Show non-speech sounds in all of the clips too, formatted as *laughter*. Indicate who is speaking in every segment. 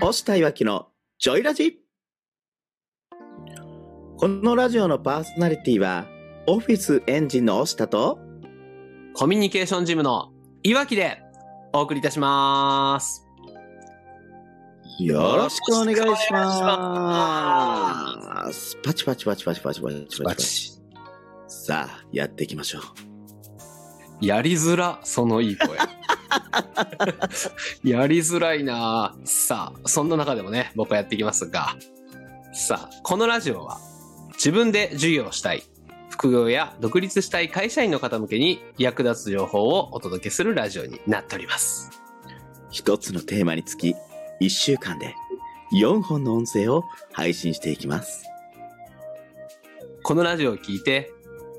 Speaker 1: 押したいわきのジョイラジこのラジオのパーソナリティはオフィスエンジンの押したと
Speaker 2: コミュニケーションジムのいわきでお送りいたします。
Speaker 1: よろしくお願いしますパチパチパチパチパチパチパチパチさあやっていきましょう
Speaker 2: やりづら、そのいい声。 *laughs* やりづらいなぁさあ、そんな中でもね、僕はやっていきますが、さあ、このラジオは自分で授業をしたい、副業や独立したい会社員の方向けに役立つ情報をお届けするラジオになっております。
Speaker 1: 一つのテーマにつき1週間で4本の音声を配信していきます
Speaker 2: このラジオを聞いて、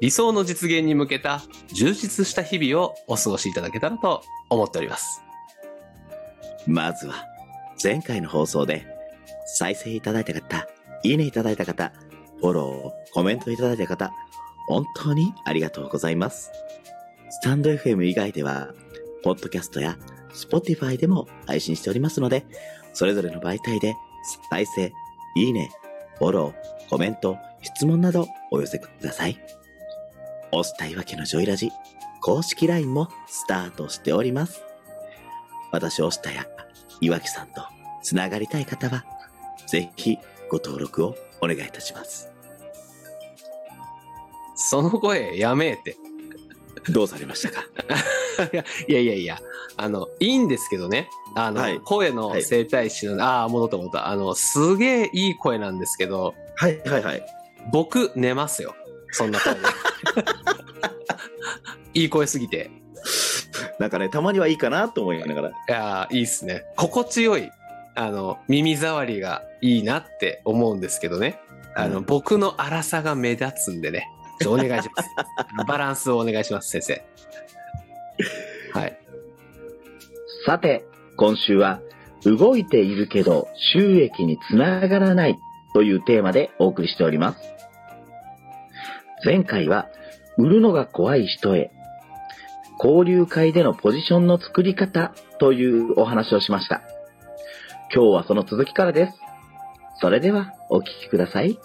Speaker 2: 理想の実現に向けた充実した日々をお過ごしいただけたらと思っております。
Speaker 1: まずは前回の放送で再生いただいた方、いいねいただいた方、フォロー、コメントいただいた方、本当にありがとうございます。スタンド FM 以外では、ポッドキャストや Spotify でも配信しておりますので、それぞれの媒体で再生、いいね、フォロー、コメント、質問などお寄せください。押したいわけのジョイラジ、公式 LINE もスタートしております。私、押したや、岩木さんとつながりたい方は、ぜひご登録をお願いいたします。
Speaker 2: その声やめえって。
Speaker 1: どうされましたか
Speaker 2: いやいやいや、あの、いいんですけどね。あの、
Speaker 1: はい
Speaker 2: 声の整体師の、ああ、戻った戻った。あの、すげえいい声なんですけど、
Speaker 1: はいはいはい。
Speaker 2: 僕寝ますよ。そん
Speaker 1: *laughs*
Speaker 2: な声で。いい声すぎて。
Speaker 1: なんかね、たまにはいいかなと思いながら。
Speaker 2: いやーいいっすね。心地よい、あの、耳障りがいいなって思うんですけどね。あの、
Speaker 1: うん
Speaker 2: 僕の荒さが目立つんでね。ちょお願いし
Speaker 1: *laughs*
Speaker 2: ます。バランスをお願いします、先生。はい。
Speaker 1: さて、今週は、動いているけど収益につながらないというテーマでお送りしております。前回は、売るのが怖い人へ、交流会でのポジションの作り方というお話をしました。今日はその続きからです。それでは、お聞きください。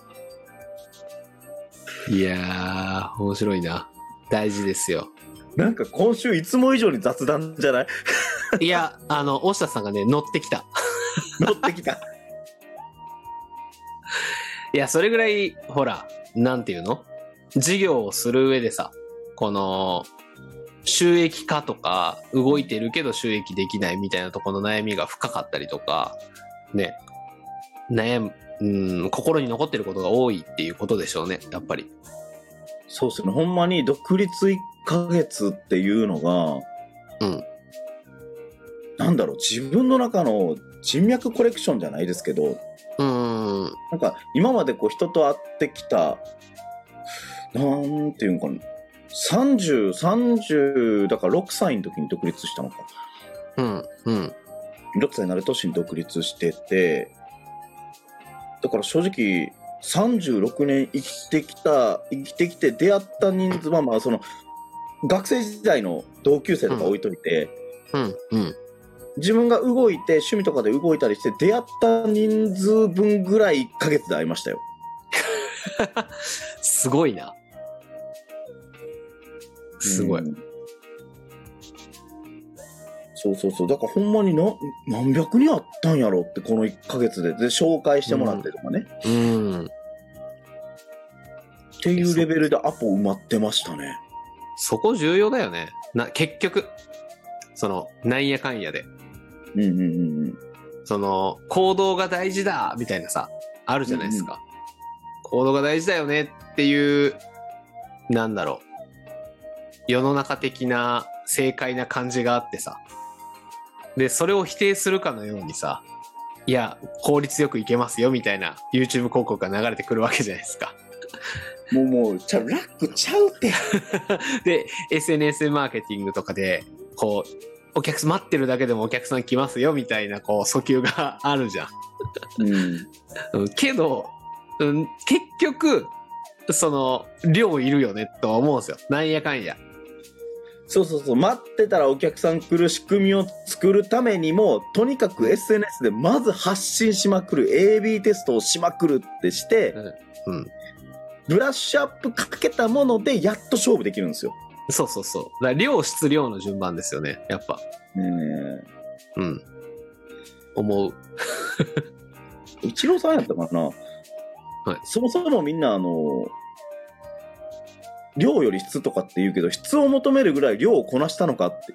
Speaker 2: いやー、面白いな。大事ですよ。
Speaker 1: なんか今週いつも以上に雑談じゃ *laughs* ない
Speaker 2: いや、あの、大下さんがね、乗ってきた。
Speaker 1: 乗ってきた。
Speaker 2: いや、それぐらい、ほら、なんていうの事業をする上でさ、この、収益化とか、動いてるけど収益できないみたいなところの悩みが深かったりとか、ね、悩む、うん、心に残ってることが多いっていうことでしょうね、やっぱり。
Speaker 1: そうですね。ほんまに独立1ヶ月っていうのが、
Speaker 2: うん。
Speaker 1: なんだろう、自分の中の人脈コレクションじゃないですけど、
Speaker 2: うーん、
Speaker 1: なんか今までこう人と会ってきた、なんていうんかな、30、30、だから6歳の時に独立したのか。
Speaker 2: うん、うん。
Speaker 1: 6歳になる年に独立してて、だから正直、36年生きてきた、生きてきて出会った人数は、まあその、学生時代の同級生とか置いといて、
Speaker 2: うん、うん。
Speaker 1: 自分が動いて趣味とかで動いたりして出会った人数分ぐらい1ヶ月で会いましたよ
Speaker 2: すごいな。すごい。
Speaker 1: うんそうそうそうだからほんまにな何百人あったんやろってこの1ヶ月でで紹介してもらってとかね、
Speaker 2: うん。
Speaker 1: っていうレベルでアポ埋まってましたね
Speaker 2: そこ重要だよね。な、結局、その、なんやかんやで、
Speaker 1: うんうんうんうん
Speaker 2: その、行動が大事だみたいなさ、あるじゃないですか。行動が大事だよねっていう、なんだろう。世の中的な正解な感じがあってさ。で、それを否定するかのようにさ、いや、効率よくいけますよみたいな YouTube 広告が流れてくるわけじゃないですか。
Speaker 1: もうもうちゃうラックちゃうって
Speaker 2: で SNS マーケティングとかでこうお客さん待ってるだけでもお客さん来ますよみたいなこう訴求が *laughs* あるじゃん。
Speaker 1: うん
Speaker 2: うんけど、うん、結局その量いるよねとは思うんですよなんやかんや。
Speaker 1: そうそうそう、待ってたらお客さん来る仕組みを作るためにも、とにかく SNS でまず発信しまくる、AB テストをしまくるってして、
Speaker 2: うん。
Speaker 1: ブラッシュアップかけたもので、やっと勝負できるんですよ。
Speaker 2: そうそうそう。だから量、質、量の順番ですよね。やっぱ。
Speaker 1: ね
Speaker 2: うん。思う。
Speaker 1: え、イチローさんやったかな、はいそもそもみんな、あの、量より質とかって言うけど、質を求めるぐらい量をこなしたのかって。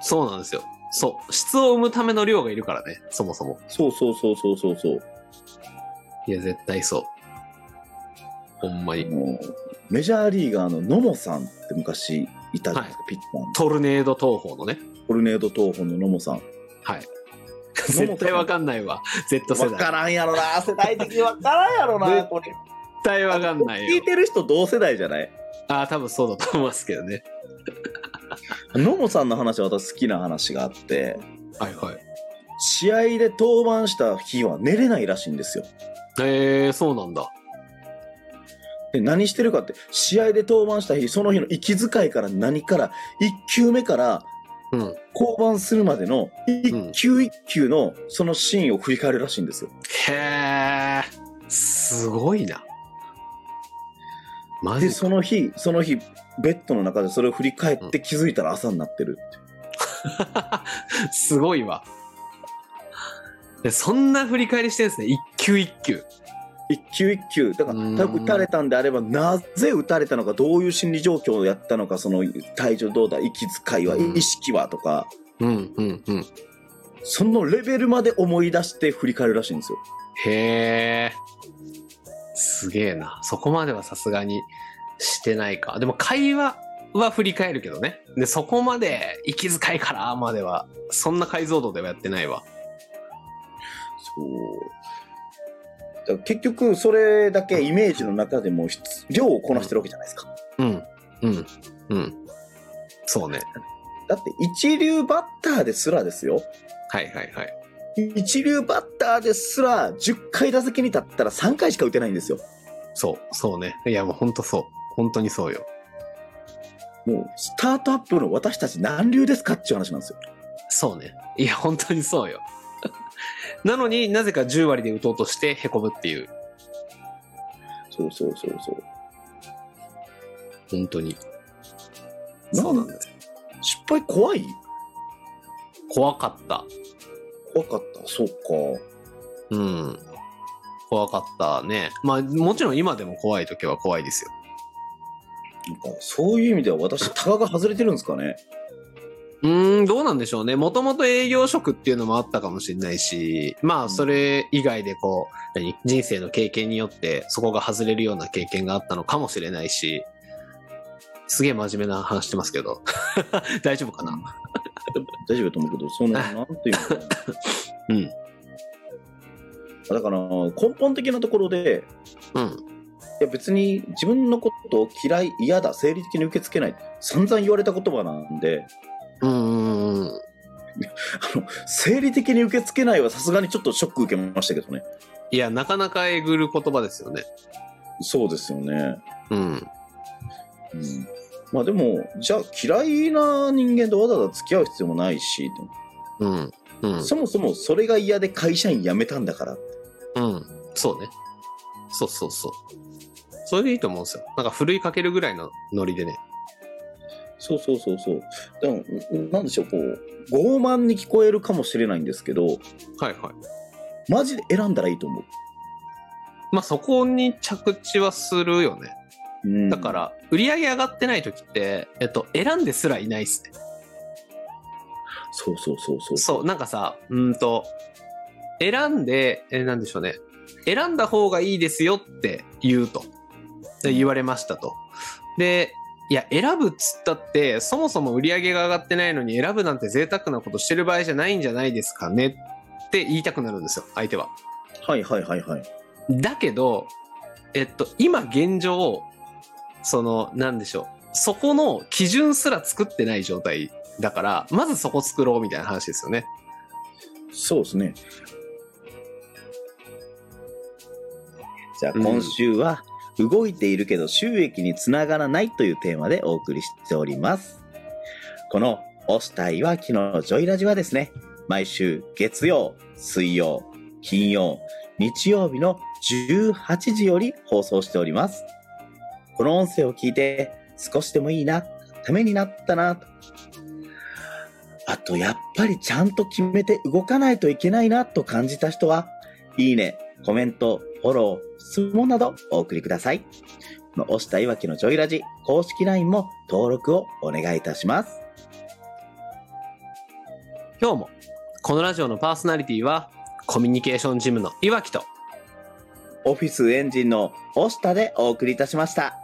Speaker 2: そうなんですよ。そう。質を生むための量がいるからね。そもそも。
Speaker 1: そうそうそうそうそうそう。
Speaker 2: いや、絶対そう。ほんま
Speaker 1: あ
Speaker 2: に。
Speaker 1: のメジャーリーガーの野茂さんって昔いたじゃないですか、ピッチャーの。
Speaker 2: トルネード投法のね。
Speaker 1: トルネード投法の野茂さん。
Speaker 2: はい。
Speaker 1: さん
Speaker 2: 絶対わかんないわ。Z 世代。
Speaker 1: わ
Speaker 2: 絶
Speaker 1: からんやろな、世代的にわからんやろな、
Speaker 2: 絶
Speaker 1: これ。
Speaker 2: 対わかんない
Speaker 1: 聞
Speaker 2: よ
Speaker 1: い。てる人同世代じゃない
Speaker 2: ああ、多分そうだと思いますけどね。
Speaker 1: 野茂さんの話は私好きな話があって、
Speaker 2: はいはい。
Speaker 1: 試合で登板した日は寝れないらしいんですよ。
Speaker 2: えー、そうなんだ。
Speaker 1: で何してるかって、試合で登板した日、その日の息遣いから何から、1球目から
Speaker 2: うん。
Speaker 1: 降板するまでの、1球1球のそのシーンを振り返るらしいんですよ。
Speaker 2: へー、すごいな。マジ
Speaker 1: で、
Speaker 2: か
Speaker 1: その日、その日、ベッドの中でそれを振り返って気づいたら朝になってるって。
Speaker 2: すごいわ。でそんな振り返りしてるんですね。一球一球。
Speaker 1: 一球一球。だから、
Speaker 2: うん
Speaker 1: 多分打たれたんであれば、なぜ打たれたのか、どういう心理状況をやったのか、その体調どうだ、息遣いは、
Speaker 2: うん
Speaker 1: 意識はとか、
Speaker 2: うんうんうん。
Speaker 1: そのレベルまで思い出して振り返るらしいんですよ。
Speaker 2: へえ。すげえな。そこまではさすがにしてないか。でも会話は振り返るけどね。で、そこまで息遣いからまでは、そんな解像度ではやってないわ。
Speaker 1: そう。だから結局、それだけイメージの中でも質、量をこなしてるわけじゃないですか。
Speaker 2: うん。うん。うん。そうね。
Speaker 1: だって、一流バッターですらですよ。
Speaker 2: はいはいはい。
Speaker 1: 一流バッターですら、10回打席に立ったら3回しか打てないんですよ。
Speaker 2: そう、そうね。いやもうほんとそう。本当にそうよ。
Speaker 1: もう、スタートアップの私たち何流ですかっていう話なんですよ。
Speaker 2: そうね。いや、本当にそうよ。 *laughs* なのになぜか10割で打とうとしてへこむっていう。
Speaker 1: そうそうそうそう。
Speaker 2: 本当に。
Speaker 1: なん
Speaker 2: そうなんだよ。
Speaker 1: 失敗怖い
Speaker 2: 怖かった。
Speaker 1: 怖かった。そうか。
Speaker 2: うん。怖かったね。まあ、もちろん今でも怖い時は怖いですよ。
Speaker 1: なんか、そういう意味では私、タガが外れてるんですかね。
Speaker 2: うーん、どうなんでしょうね。もともと営業職っていうのもあったかもしれないし、まあ、それ以外でこう、何人生の経験によって、そこが外れるような経験があったのかもしれないし、すげえ真面目な話してますけど。 *laughs* 大丈夫かな
Speaker 1: 大丈夫だと思うけど、その、なんていうのかな
Speaker 2: *laughs* うん。
Speaker 1: だから、根本的なところで、
Speaker 2: うん。
Speaker 1: いや別に自分のことを嫌い、嫌だ、生理的に受け付けない、散々言われた言葉なんで、
Speaker 2: うんうんうん。
Speaker 1: あの、生理的に受け付けないはさすがにちょっとショック受けましたけどね。
Speaker 2: いや、なかなかえぐる言葉ですよね。
Speaker 1: そうですよね。
Speaker 2: うん。
Speaker 1: うんまあでも、じゃあ嫌いな人間とわざわざ付き合う必要もないし、
Speaker 2: うん。うん。
Speaker 1: そもそもそれが嫌で会社員辞めたんだから。
Speaker 2: うん。そうね。そうそうそう。それでいいと思うんですよ。なんか、ふるいかけるぐらいのノリでね。
Speaker 1: そうそうそうそう。でも、んなんでしょう、こう、傲慢に聞こえるかもしれないんですけど、
Speaker 2: はいはい。
Speaker 1: マジで選んだらいいと思う。
Speaker 2: まあ、そこに着地はするよね。
Speaker 1: うん
Speaker 2: だか、ら、売り上げ上がってない時って、えっと、選んですらいないっすね。
Speaker 1: そうそうそうそう。
Speaker 2: そう、なんかさ、うんと、選んで、えーなんでしょうね。選んだ方がいいですよって言うと。で言われましたと。で、いや、選ぶっつったって、そもそも売り上げが上がってないのに選ぶなんて贅沢なことしてる場合じゃないんじゃないですかねって言いたくなるんですよ、相手は。
Speaker 1: はいはいはいはい。
Speaker 2: だけど、えっと、今現状、その、なんでしょう。そこの基準すら作ってない状態だから、まずそこ作ろうみたいな話ですよね。
Speaker 1: そうですね。じゃあ
Speaker 2: うん
Speaker 1: 今週は、動いているけど収益につながらないというテーマでお送りしております。この押したいわきのジョイラジはですね、毎週月曜、水曜、金曜、日曜日の18時より放送しております。この音声を聞いて少しでもいいな、ためになったな、とあと、やっぱりちゃんと決めて動かないといけないなと感じた人は、いいね、コメント、フォロー、質問などお送りください。この押したいわきのジョイラジ公式 LINE も登録をお願いいたします。
Speaker 2: 今日もこのラジオのパーソナリティはコミュニケーションジムのいわきと
Speaker 1: オフィスエンジンの星田でお送りいたしました。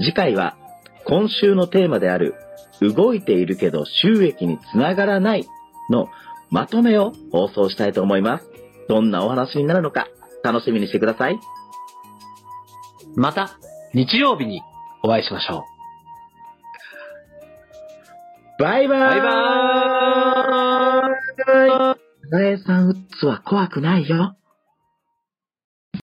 Speaker 1: 次回は今週のテーマである動いているけど収益につながらないのまとめを放送したいと思います。どんなお話になるのか楽しみにしてください。
Speaker 2: また日曜日にお会いしましょう。
Speaker 1: バイバーイ
Speaker 2: バイバーイ
Speaker 1: イサザエさん打つは怖くないよ。